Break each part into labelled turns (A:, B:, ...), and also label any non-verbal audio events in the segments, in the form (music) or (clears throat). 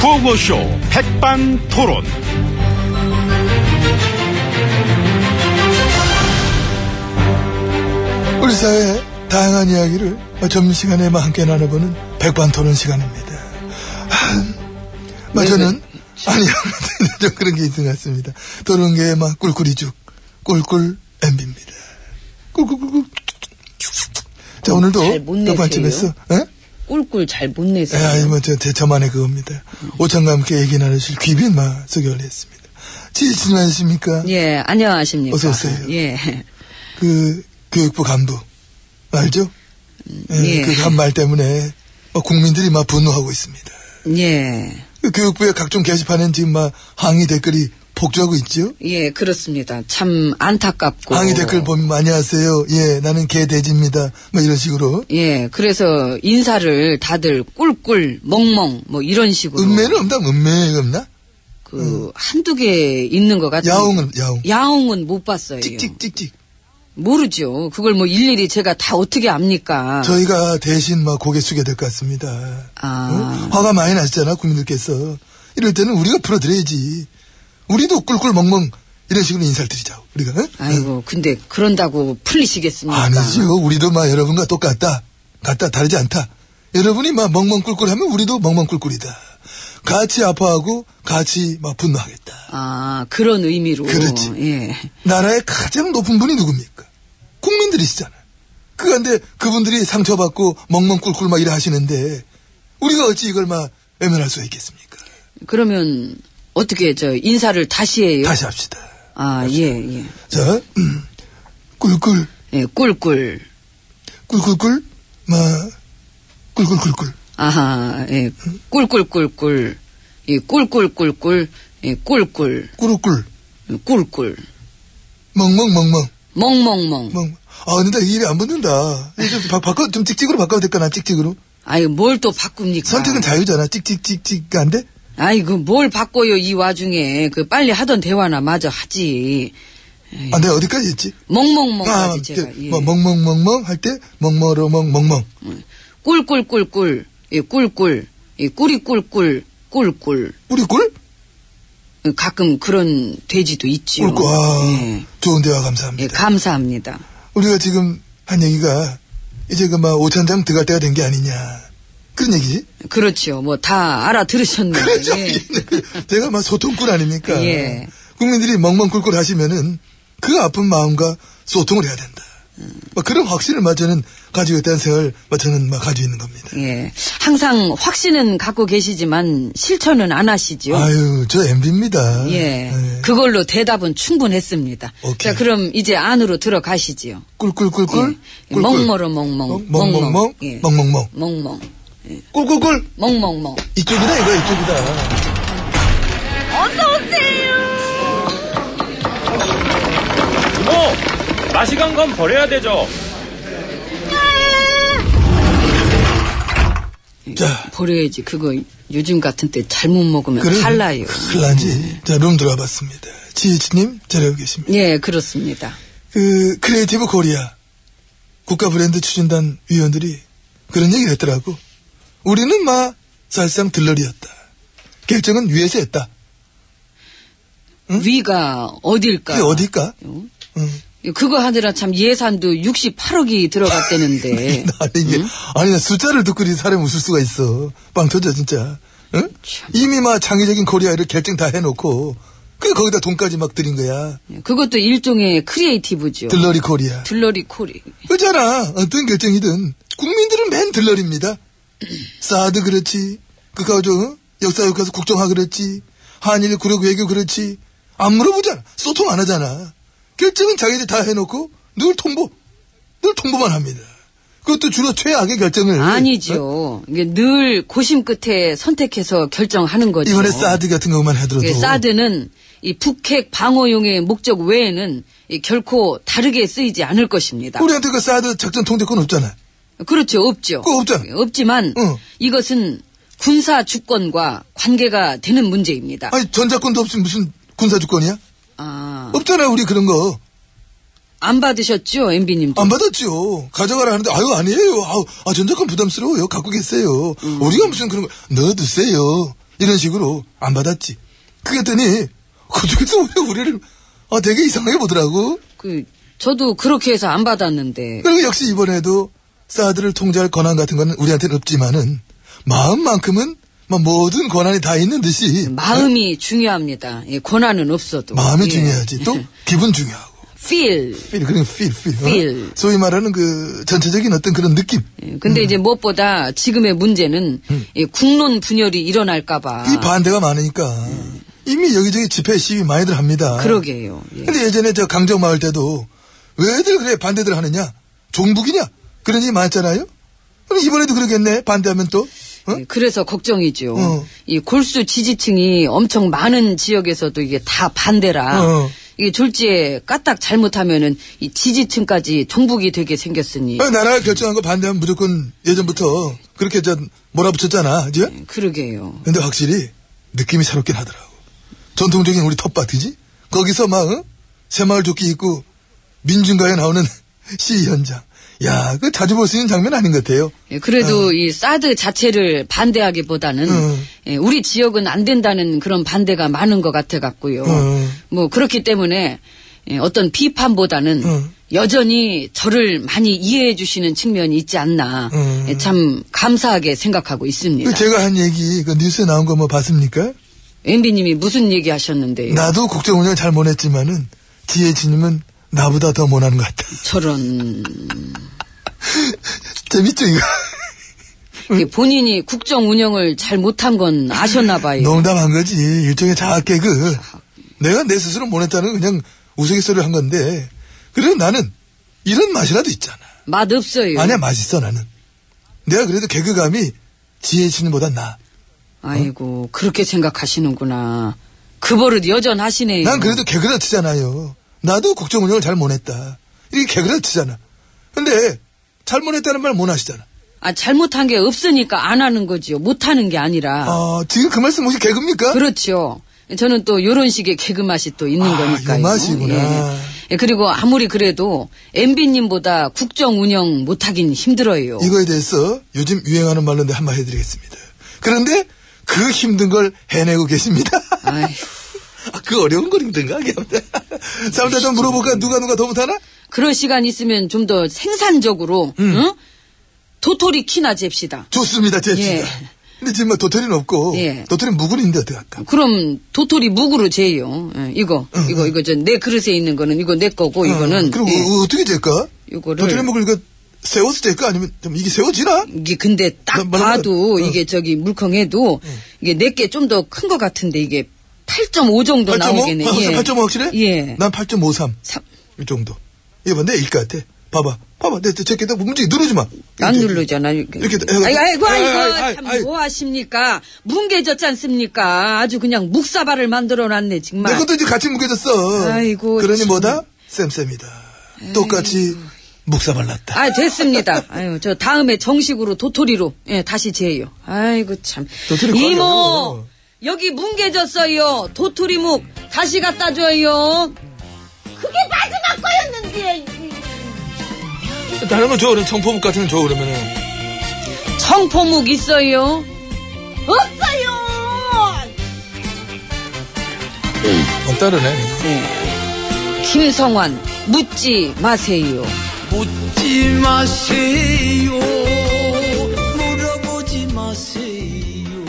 A: 구호쇼 백반토론.
B: 우리 사회의 다양한 이야기를 점심시간에만 함께 나눠보는 백반토론 시간입니다.
C: 네,
B: 마 저는 아니요 좀 그런 게 있는 것 같습니다. 토론계의 막 꿀꿀이죽 꿀꿀 엠비입니다. 꿀꿀꿀꿀 자
C: 잘못
B: 오늘도
C: 내세요.
B: 백반집에서 예?
C: 꿀꿀 잘 못
B: 예,
C: 내세요.
B: 아니, 뭐, 저, 제, 저만의 그겁니다. 오찬과 함께 얘기 나누실 귀빈 마, 소개를 했습니다. 지지진 아십니까?
C: 예, 안녕하십니까.
B: 어서 오세요.
C: 예.
B: 그, 교육부 간부. 알죠?
C: 예.
B: 그 한 말 때문에, 막 국민들이 막 분노하고 있습니다.
C: 예.
B: 그 교육부의 각종 게시판엔 지금 막 항의 댓글이 폭주하고 있죠?
C: 예, 그렇습니다. 참 안타깝고.
B: 항의 댓글 보면 많이 뭐- 하세요. 예, 나는 개돼지입니다. 뭐 이런 식으로.
C: 예, 그래서 인사를 다들 꿀꿀, 멍멍, 뭐 이런 식으로.
B: 음매는 없나? 음매가 없나?
C: 그, 한두 개 있는 것 같아요. 예,
B: 야옹은, 야옹.
C: 야옹은 못 봤어요.
B: 찍찍찍찍.
C: 모르죠. 그걸 뭐 일일이 제가 다 어떻게 압니까?
B: 저희가 대신 막 고개 숙여야 될 것 같습니다.
C: 아.
B: 어? 화가 많이 나시잖아, 국민들께서. 이럴 때는 우리가 풀어드려야지. 우리도 꿀꿀멍멍 이런 식으로 인사를 드리자고, 우리가. 응?
C: 아이고, 근데 그런다고 풀리시겠습니까?
B: 아니지요. 우리도 막 여러분과 똑같다. 같다. 다르지 않다. 여러분이 막 멍멍꿀꿀 하면 우리도 멍멍꿀꿀이다. 같이 아파하고 같이 막 분노하겠다.
C: 아, 그런 의미로.
B: 그렇지.
C: 예.
B: 나라의 가장 높은 분이 누굽니까? 국민들이시잖아요. 그런데 그분들이 상처받고 멍멍꿀꿀 막 이래 하시는데 우리가 어찌 이걸 막 외면할 수가 있겠습니까?
C: 그러면 어떻게 저 인사를 다시 해요?
B: 다시 합시다.
C: 아, 예, 예.
B: 자, 음, 꿀꿀,
C: 예, 꿀꿀.
B: 꿀꿀꿀, 막 꿀꿀꿀꿀.
C: 아하, 예, 꿀꿀꿀꿀. 예, 꿀꿀꿀꿀. 예, 꿀꿀.
B: 꾸룩꿀,
C: 꿀꿀.
B: 멍멍멍멍.
C: 멍멍멍.
B: 막, 아, 근데 이 입이 안 붙는다. 이거 좀 바, 바꿔, 좀 찍찍으로 바꿔도 될까나, 찍찍으로.
C: 아이, 뭘 또 바꿉니까?
B: 선택은 자유잖아. 찍찍찍찍, 안 돼?
C: 아이고, 그 뭘 바꿔요, 이 와중에. 그, 빨리 하던 대화나 마저 하지.
B: 아, 내가 어디까지 했지?
C: 예. 멍멍멍.
B: 아,
C: 까지 제가.
B: 이렇게
C: 예.
B: 뭐, 멍멍멍멍 할 때, 멍머러멍, 멍멍.
C: 꿀꿀꿀꿀. 예, 꿀꿀. 예, 꿀이꿀꿀. 꿀꿀.
B: 뿌리꿀?
C: 예, 가끔 그런 돼지도 있지요.
B: 꿀꿀. 아,
C: 예.
B: 좋은 대화
C: 예,
B: 감사합니다.
C: 감사합니다.
B: 우리가 지금 한 얘기가, 이제 그막 오천장 들어갈 때가 된 게 아니냐. 그런 얘기지?
C: 그렇죠. 뭐 다 알아들으셨네요.
B: 그렇죠.
C: 예.
B: (laughs) 제가 막 소통꾼 아닙니까?
C: 예.
B: 국민들이 멍멍꿀꿀 하시면은 그 아픈 마음과 소통을 해야 된다. 막 그런 확신을 막 저는 가지고 있다는 생각을 막 저는 막 가지고 있는 겁니다.
C: 예. 항상 확신은 갖고 계시지만 실천은 안 하시죠.
B: 아유, 저 MB입니다.
C: 예. 그걸로 대답은 충분했습니다.
B: 오케이.
C: 자, 그럼 이제 안으로 들어가시지요.
B: 꿀꿀꿀꿀.
C: 예. 멍머로 멍멍.
B: 멍멍멍.
C: 예.
B: 멍멍멍.
C: 멍멍.
B: 꿀꿀꿀.
C: 멍멍멍.
B: 이쪽이다, 이거 이쪽이다.
D: 뭐 마시간 건 버려야 되죠.
C: 예.
B: 자,
C: 버려야지. 그거 요즘 같은 때 잘못 먹으면
B: 그래.
C: 탈라요.
B: 큰일 나지. 자, 룸 들어와 봤습니다. 지혜치님, 잘하고 계십니다.
C: 예, 그렇습니다.
B: 그 크리에이티브 코리아 국가 브랜드 추진단 위원들이 그런 얘기를 했더라고. 우리는 막 사실상 들러리였다. 결정은 위에서 했다.
C: 위가 어딜까?
B: 그게 어딜까?
C: 요?
B: 응.
C: 그거 하느라 참 예산도 68억이
B: (laughs)
C: 들어갔다는데.
B: 아니 이게 아니 나 숫자를 듣고 이 사람 웃을 수가 있어. 빵 터져 진짜. 응?
C: 참.
B: 이미 막 창의적인 코리아를 결정 다 해놓고 그 거기다 돈까지 막 들인 거야.
C: 예. 그것도 일종의 크리에이티브죠.
B: 들러리 코리아.
C: 들러리 코리.
B: 그잖아. 어떤 결정이든 국민들은 맨 들러립니다. (clears throat) 사드 그렇지. 그거죠. 역사역 가서 국정화 그렇지. 한일 구력 외교 그렇지. 안 물어보잖아. 소통 안 하잖아. 결정은 자기들 다 해놓고 늘 통보. 늘 통보만 합니다. 그것도 주로 최악의 결정을. 어?
C: 아니죠. 이게 늘 고심 끝에 선택해서 결정하는 거죠.
B: 이번에 사드 같은 것만 해들어도.
C: 그렇죠. 예, 사드는 이 북핵 방어용의 목적 외에는 이 결코 다르게 쓰이지 않을 것입니다.
B: 우리한테 그 사드 작전 통제권 없잖아.
C: 그렇죠. 없죠.
B: 그거 없잖아.
C: 예, 없지만
B: 응.
C: 이것은 군사 주권과 관계가 되는 문제입니다.
B: 아니 전자권도 없이 무슨 군사주권이야?
C: 아,
B: 없잖아 우리 그런 거.
C: 안 받으셨죠, MB님도?
B: 안 받았죠. 가져가라 하는데, 아유,
C: 음.
B: 아니에요. 아우, 아, 전작권 부담스러워요. 갖고 계세요. 우리가 무슨 그런 거, 넣어두세요. 이런 식으로 안 받았지. 그랬더니 그쪽에서 오히려 우리를 아, 되게 이상하게 보더라고.
C: 그 저도 그렇게 해서 안 받았는데
B: 그리고 역시 이번에도 사드를 통제할 권한 같은 거는 우리한테는 없지만은 마음만큼은 막 모든 권한이 다 있는 듯이 네?
C: 마음이 중요합니다. 예, 권한은 없어도
B: 마음이
C: 예.
B: 중요하지
C: (laughs)
B: 또 기분 중요하고
C: feel.
B: 필 그런 필 필. 어?
C: 필.
B: 소위 말하는 그 전체적인 어떤 그런 느낌.
C: 예,
B: 음.
C: 근데 이제 무엇보다 지금의 문제는 이 국론 분열이 일어날까봐
B: 이 반대가 많으니까 이미 여기저기 집회 시위 많이들 합니다.
C: 그러게요. 예.
B: 근데 예전에 저 강정마을 때도 왜들 그래 반대들 하느냐? 종북이냐? 그런 얘기 많았잖아요. 그럼 이번에도 그러겠네. 반대하면 또. 어?
C: 예, 그래서 걱정이죠.
B: 어.
C: 이 골수 지지층이 엄청 많은 지역에서도 이게 다 반대라.
B: 어.
C: 이게 졸지에 까딱 잘못하면은 이 지지층까지 종북이 되게 생겼으니
B: 어, 나라가 결정한 거 반대하면 무조건 예전부터 그렇게 저 몰아붙였잖아. 이제?
C: 예, 그러게요.
B: 근데 확실히 느낌이 새롭긴 하더라고. 전통적인 우리 텃밭이지? 거기서 막 어? 새마을 조끼 입고 민중가에 나오는 (laughs) 시위 현장. 야, 그 자주 볼 수 있는 장면 아닌 것 같아요.
C: 예, 그래도
B: 음.
C: 이 사드 자체를 반대하기보다는
B: 어.
C: 예, 우리 지역은 안 된다는 그런 반대가 많은 것 같아 갖고요.
B: 어.
C: 뭐 그렇기 때문에 예, 어떤 비판보다는
B: 어.
C: 여전히 저를 많이 이해해 주시는 측면이 있지 않나
B: 어.
C: 예, 참 감사하게 생각하고 있습니다.
B: 그 제가 한 얘기 그 뉴스에 나온 거 뭐 봤습니까?
C: 엠비님이 무슨 얘기 하셨는데요?
B: 나도 국정 운영 잘 못했지만은 지혜진님은 나보다 더 못하는 것 같다. (laughs)
C: 저런
B: 음. 재밌죠 이거?
C: 이게 본인이 국정 운영을 잘 못한 건 아셨나 봐요.
B: 농담한 거지 일종의 예. 자학 개그. 내가 내 스스로 못했다는 그냥 우스갯소리를 한 건데 그래도 나는 이런 맛이라도 있잖아.
C: 맛 없어요.
B: 아니야 맛있어 나는. 내가 그래도 개그감이 지혜진보다 나.
C: 아이고 그렇게 생각하시는구나. 그 버릇 여전하시네요.
B: 난 그래도 개그라 치잖아요. 나도 국정 운영을 잘 못했다. 이게 개그라 치잖아. 근데 잘 못했다는 말 못 하시잖아.
C: 아 잘못한 게 없으니까 안 하는 거지요. 못하는 게 아니라.
B: 아, 지금 그 말씀 혹시 개그입니까?
C: 그렇죠. 저는 또 요런 식의 개그 맛이 또 있는
B: 아,
C: 거니까요.
B: 요 맛이구나.
C: 예. 예, 그리고 아무리 그래도 MB님보다 국정 운영 못하긴 힘들어요.
B: 이거에 대해서 요즘 유행하는 말로인데 한번 해드리겠습니다. 그런데 그 힘든 걸 해내고 계십니다.
C: 아휴, 예. 아,
B: 아, 그 어려운 건 힘든가? 사람들 좀 물어볼까? 누가 누가 더 못하나?
C: 그럴 시간 있으면 좀 더 생산적으로
B: 음.
C: 응? 도토리 키나 잽시다.
B: 좋습니다, 제
C: 예.
B: 친구. 근데 지금 뭐 도토리는 없고
C: 예.
B: 도토리는 무근인데 어떡할까?
C: 그럼 도토리 묵으로 재요. 예, 이거 이거 이거 저 내 그릇에 있는 거는 이거 내 거고 이거는
B: 어, 그리고
C: 예.
B: 어, 어떻게 될까?
C: 이거를-
B: 도토리 먹을 이거 세워서 될까? 아니면 좀 이게 세워지나?
C: 이게 근데
B: 나
C: 딱
B: 말하는
C: 봐도
B: 거야. 어.
C: 이게 저기 물컹해도 이게 내게 좀 더 큰 것 같은데 이게 8.5 정도
B: 8.5?
C: 나오겠네.
B: 아,
C: 예.
B: 8.5 확실해?
C: 예.
B: 난 8.53.
C: 삼-
B: 이 정도. 이거 봐, 내 일가 같아. 봐봐. 봐봐. 내, 제끼다 움직이 누르지 마.
C: 안
B: 이렇게.
C: 누르잖아. 이렇게.
B: 이렇게
C: 아이고,
B: 해가지고.
C: 아이고,
B: 아이,
C: 아이고,
B: 아이,
C: 참,
B: 아이,
C: 뭐 하십니까? 뭉개졌지 않습니까? 아주 그냥 묵사발을 만들어 놨네, 정말.
B: 내 것도 이제 같이 묶여졌어.
C: 아이고,
B: 그러니
C: 참.
B: 뭐다? 쌤쌤이다. 똑같이 묵사발랐다.
C: 아, 됐습니다. 아유, 저 다음에 정식으로 도토리로, 예, 다시 재요. 아이고, 참.
B: 도토리 꺼내요.
C: 이모! 여기 뭉개졌어요. 도토리 묵. 다시 갖다 줘요.
E: 그게 마지막 거였는데.
B: 다른 건 줘. 그럼 청포묵 같은 건 줘. 그러면은.
C: 청포묵 있어요.
E: 없어요!
B: 어, 따르네.
C: 김성환, 묻지 마세요.
F: 묻지 마세요. 물어보지 마세요.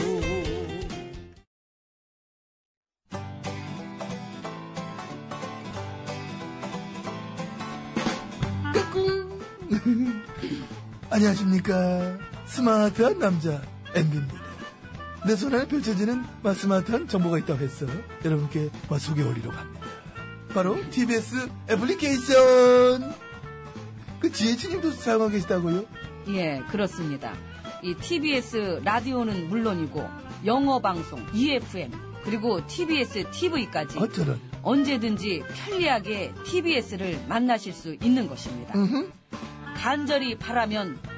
B: 안녕하십니까. 스마트한 남자, MB입니다. 내 손안에 펼쳐지는 막 스마트한 정보가 있다고 해서 여러분께 막 소개해드리려고 합니다. 바로 TBS 애플리케이션. 그 지혜진님도 사용하고 계시다고요?
C: 예, 그렇습니다. 이 TBS 라디오는 물론이고 영어 방송 EFM 그리고 TBS TV까지
B: 어쩌면.
C: 언제든지 편리하게 TBS를 만나실 수 있는 것입니다. 간절히 바라면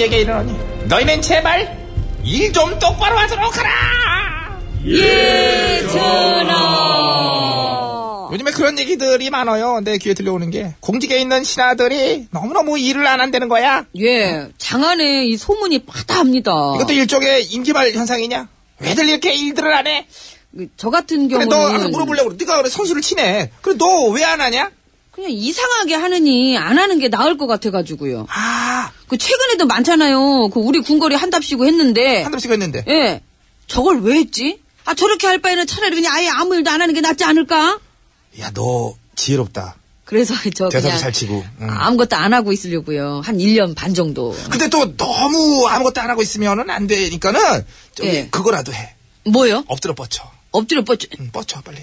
B: 너희에게 이르노니 너희는 제발 일 좀 똑바로 하도록 하라. 요즘에 그런 얘기들이 많아요. 내 귀에 들려오는 게 공직에 있는 신하들이 너무너무 일을 안 한다는 거야.
C: 예, 장안에 이 소문이 파다합니다.
B: 이것도 일종의 인기발 현상이냐? 왜들 이렇게 일들을 안 해?
C: 그저
B: 그래
C: 같은 경우는
B: 그러니까 너 아까 물어보려고 그래. 네가 그래 선수를 치네. 그래 너 왜 안 하냐?
C: 그냥 이상하게 하느니 안 하는 게 나을 것 같아가지고요.
B: 아
C: 그 최근에도 많잖아요. 그 우리 군거리 한답시고 했는데
B: 한담씩 했는데.
C: 예, 저걸 왜 했지? 아 저렇게 할 바에는 차라리 그냥 아예 아무 일도 안 하는 게 낫지 않을까?
B: 야 너 지혜롭다.
C: 그래서 (laughs) 저
B: 대사도
C: 그냥
B: 잘 치고. 음. 응.
C: 아무것도 안 하고 있으려고요. 한 1년 반 정도.
B: 근데 또 너무 아무것도 안 하고 있으면은 안 되니까는 저기
C: 예.
B: 그거라도 해.
C: 뭐요?
B: 엎드려 뻗쳐.
C: 엎드려 뻗쳐.
B: 응, 뻗쳐 빨리.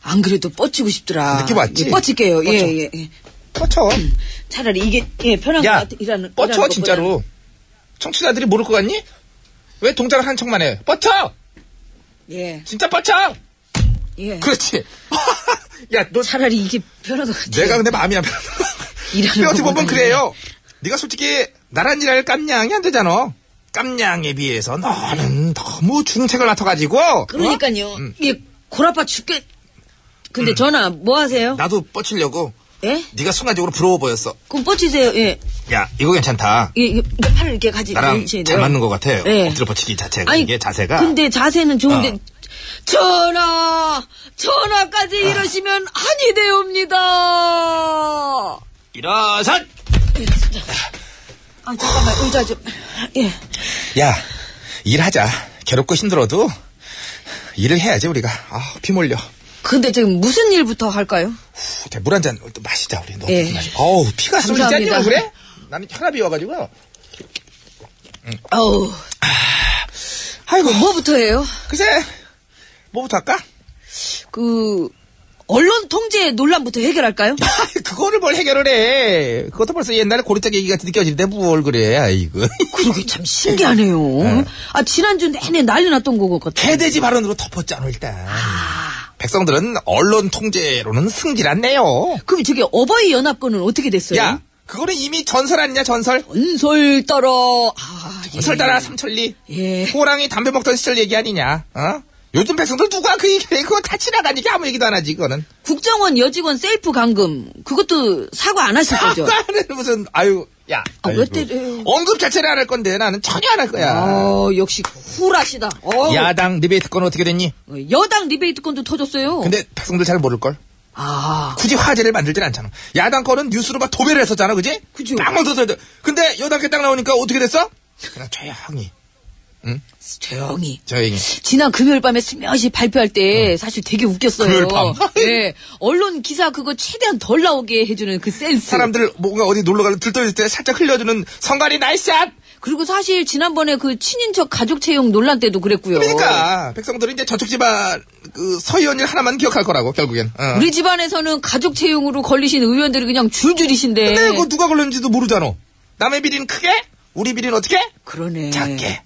C: 안 그래도 뻗치고 싶더라.
B: 느낌 왔지?
C: 예, 뻗칠게요.
B: 뻗쳐.
C: 예, 예, 예.
B: 뻗쳐.
C: 차라리 이게 예, 편한 것
B: 야
C: 같아. 일하는 일하는
B: 뻗쳐
C: 것보다.
B: 진짜로. 청취자들이 모를 것 같니? 왜 동작을 한 척만 해? 뻗쳐.
C: 예,
B: 진짜 뻗쳐.
C: 예.
B: 그렇지. (laughs) 야 너
C: 차라리 이게 편한 것 같아.
B: 내가 근데 마음이 안 편해.
C: 일하는
B: 어떻게
C: 것보다는.
B: 보면 그래요. 네가 솔직히 나란 일할 깜냥이 안 되잖아. 깜냥에 비해서 너는 너무 중책을 맡아가지고 어?
C: 그러니까요.
B: 음.
C: 이게 골아파 죽게. 근데 전화 뭐 하세요?
B: 어? 나도 뻗치려고
C: 예?
B: 네가 순간적으로 부러워 보였어.
C: 그럼 뻗치세요. 예,
B: 야 이거 괜찮다.
C: 예, 예. 팔을 이렇게 가지.
B: 나랑 잘
C: 이렇게 돼요.
B: 맞는 것 같아.
C: 예.
B: 엎드려 뻗치기 자체가
C: 아니,
B: 이게 자세가.
C: 근데 자세는 좋은데
B: 어.
C: 전화 전화까지
B: 아.
C: 이러시면 한이 되옵니다.
B: 일어선.
C: 아 잠깐만 의자 좀 예.
B: 야 일하자. 괴롭고 힘들어도 일을 해야지 우리가. 아피 몰려.
C: 근데 지금 무슨 일부터 할까요?
B: 물 한 잔 또 마시자 우리. 너
C: 예.
B: 예. 마시. 어우 피가 쏠리지
C: 감사합니다.
B: 않냐 그래? 나는 혈압이 와가지고.
C: 어우
B: 아이고
C: 뭐부터 해요?
B: 글쎄 뭐부터 할까?
C: 그 언론 통제 논란부터 해결할까요?
B: 그거를 뭘 해결을 해? 그것도 벌써 옛날에 고리짝 얘기 같이 느껴지는데 뭘 그래? 아이고.
C: 그러게 참 신기하네요. 아 지난주 내내 난리 났던 거 같아.
B: 개돼지 발언으로 덮었잖아 일단. 백성들은 언론 통제로는 승질 않네요.
C: 그럼 저기 어버이 연합군은 어떻게 됐어요?
B: 야, 그거는 이미 전설 아니냐 전설?
C: 은솔 떨어. 아, 예.
B: 전설 따라 삼천리.
C: 예.
B: 호랑이 담배 먹던 시절 얘기 아니냐? 어? 요즘 백성들 누가 그 얘기해? 그거 다 지나가니까 아무 얘기도 안 하지 그거는.
C: 국정원 여직원 셀프 감금 그것도 사과 안 하실 거죠?
B: 나는 무슨 아유 야.
C: 아, 왜
B: 아이고.
C: 때려요?
B: 언급 자체를 안 할 건데 나는 전혀 안 할 거야.
C: 어 역시 쿨하시다. 어,
B: 야당 리베이트건 어떻게 됐니?
C: 여당 리베이트건도 터졌어요.
B: 근데 백성들 잘 모를걸?
C: 아
B: 굳이 화제를 만들진 않잖아. 야당 거는 뉴스로 막 도배를 했었잖아, 그지?
C: 그죠.
B: 막만 터져. 근데 여당 게딱 나오니까 어떻게 됐어? 그냥 조용히,
C: 조용히.
B: 조용히.
C: 지난 금요일 밤에 스며시 발표할 때 사실 되게 웃겼어요.
B: 금요일 밤.
C: (laughs) 네, 언론 기사 그거 최대한 덜 나오게 해주는 그 센스.
B: 사람들 뭔가 어디 놀러 가면 들떠있을 때 살짝 흘려주는 성관이 나이스샷!
C: 그리고 사실 지난번에 그 친인척 가족 채용 논란 때도 그랬고요.
B: 그러니까, 백성들은 이제 저쪽 집안, 그, 서희 언니 하나만 기억할 거라고, 결국엔. 어.
C: 우리 집안에서는 가족 채용으로 걸리신 의원들이 그냥 줄줄이신데.
B: 근데 그거 누가 걸렸는지도 모르잖아. 남의 비리는 크게, 우리 비리는 어떻게?
C: 그러네. 음.
B: 작게.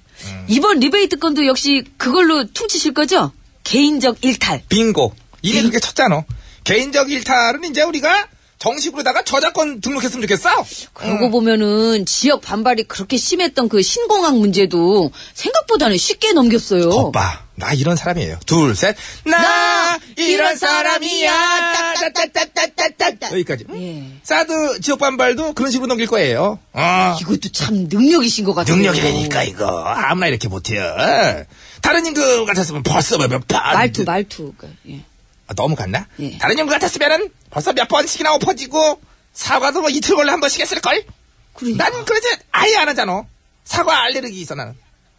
C: 이번 리베이트 건도 역시 그걸로 퉁치실 거죠? 개인적 일탈.
B: 빙고. 이게 그렇게 쳤잖아. 개인적 일탈은 이제 우리가 정식으로다가 저작권 등록했으면 좋겠어. 음.
C: 그러고 보면은 지역 반발이 그렇게 심했던 그 신공항 문제도 생각보다는 쉽게 넘겼어요.
B: 오빠, 나 이런 사람이에요. 둘, 셋. 나 이런 사람이야. 따따따따따따따. 여기까지. 응?
C: 예.
B: 사드 지역 반발도 그런 식으로 넘길 거예요. 어.
C: 이것도 참 능력이신 것 같아요.
B: 능력이라니까 이거 아무나 이렇게 못해요. 다른 임금 같았으면 벌써 몇번
C: 말투, 말투. 그러니까, 예.
B: 아, 너무 갔나?
C: 예.
B: 다른 임금 같았으면은 벌써 몇 번씩이나 엎어지고 사과도 뭐 이틀 걸려 한 번씩 했을 걸.
C: 그러니까.
B: 난 그래서 아예 안 하잖아. 사과 알레르기 있어 나는.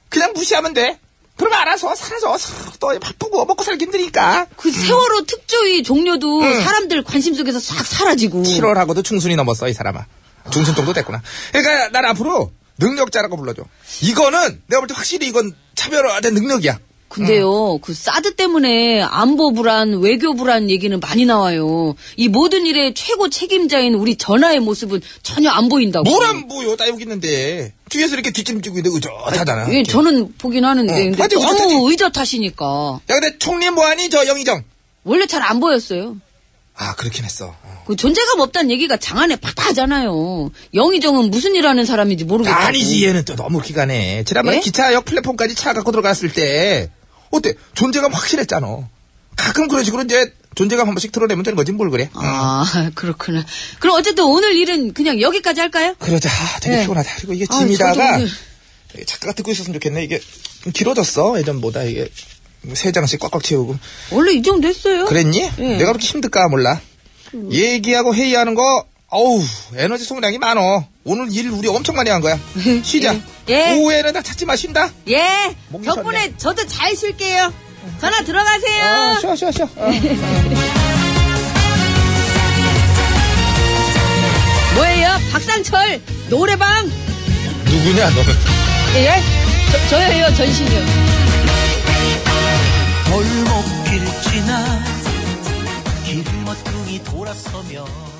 B: 그냥 무시하면 돼. 그러면 알아서 살아서 싹또 바쁘고 먹고 살기 힘드니까.
C: 그 세월호 특조위 종료도
B: 음.
C: 사람들 관심 속에서 싹 사라지고.
B: 7월하고도 중순이 넘었어 이 사람아. 중순 정도 됐구나. 그러니까 난 앞으로 능력자라고 불러줘. 이거는 내가 볼 때 확실히 이건 차별화된 능력이야.
C: 근데요, 그 사드 때문에 안보 불안, 외교 불안 얘기는 많이 나와요. 이 모든 일의 최고 책임자인 우리 전하의 모습은 전혀 안 보인다고.
B: 뭐란 뭐요 따여기 있는데 뒤에서 이렇게 뒷짐지고 있는데 의젓하잖아.
C: 예, 저는 보긴 하는데.
B: 어,
C: 근데
B: 하여튼
C: 너무
B: 어쨌든-
C: 의젓하시니까.
B: 야 근데 총리 뭐하니 저 영희정.
C: 원래 잘 안 보였어요.
B: 아, 그렇긴 했어. 어.
C: 그 존재감 없다는 얘기가 장안에 팍팍하잖아요. 영희정은 무슨 일 하는 사람인지 모르겠고.
B: 아니지, 얘는 또 너무 기간해. 지난번에
C: 예?
B: 기차역 플랫폼까지 차 갖고 들어갔을 때, 어때? 존재감 확실했잖아. 가끔 그런 식으로 이제 존재감 한 번씩 드러내면 되는 거지, 뭘 그래?
C: 아, (laughs) 그렇구나. 그럼 어쨌든 오늘 일은 그냥 여기까지 할까요?
B: 그러자. 아, 되게
C: 네.
B: 피곤하다. 그리고 이게
C: 아,
B: 짐이다가
C: 저도 오늘-
B: 이게 작가가 듣고 있었으면 좋겠네. 이게 좀 길어졌어. 예전보다 이게 세 장씩 꽉꽉 채우고.
C: 원래 이 정도 했어요.
B: 그랬니?
C: 예. 음.
B: 내가 그렇게 힘들까 몰라. 얘기하고 회의하는 거 어우 에너지 소모량이 많어. 오늘 일 우리 엄청 많이 한 거야.
C: (laughs)
B: 쉬자.
C: 예. 예.
B: 오후에는 나 찾지 마 쉰다.
C: 예.
B: 목이
C: 덕분에
B: 섰네.
C: 저도 잘 쉴게요. 전화 들어가세요.
B: 아, 쉬어 쉬어 쉬어. 어.
C: 뭐예요? 박상철 노래방.
B: 누구냐 너는?
C: 예? 저, 저예요 전신이요.
F: 골목길 지나 길모퉁이 돌아서면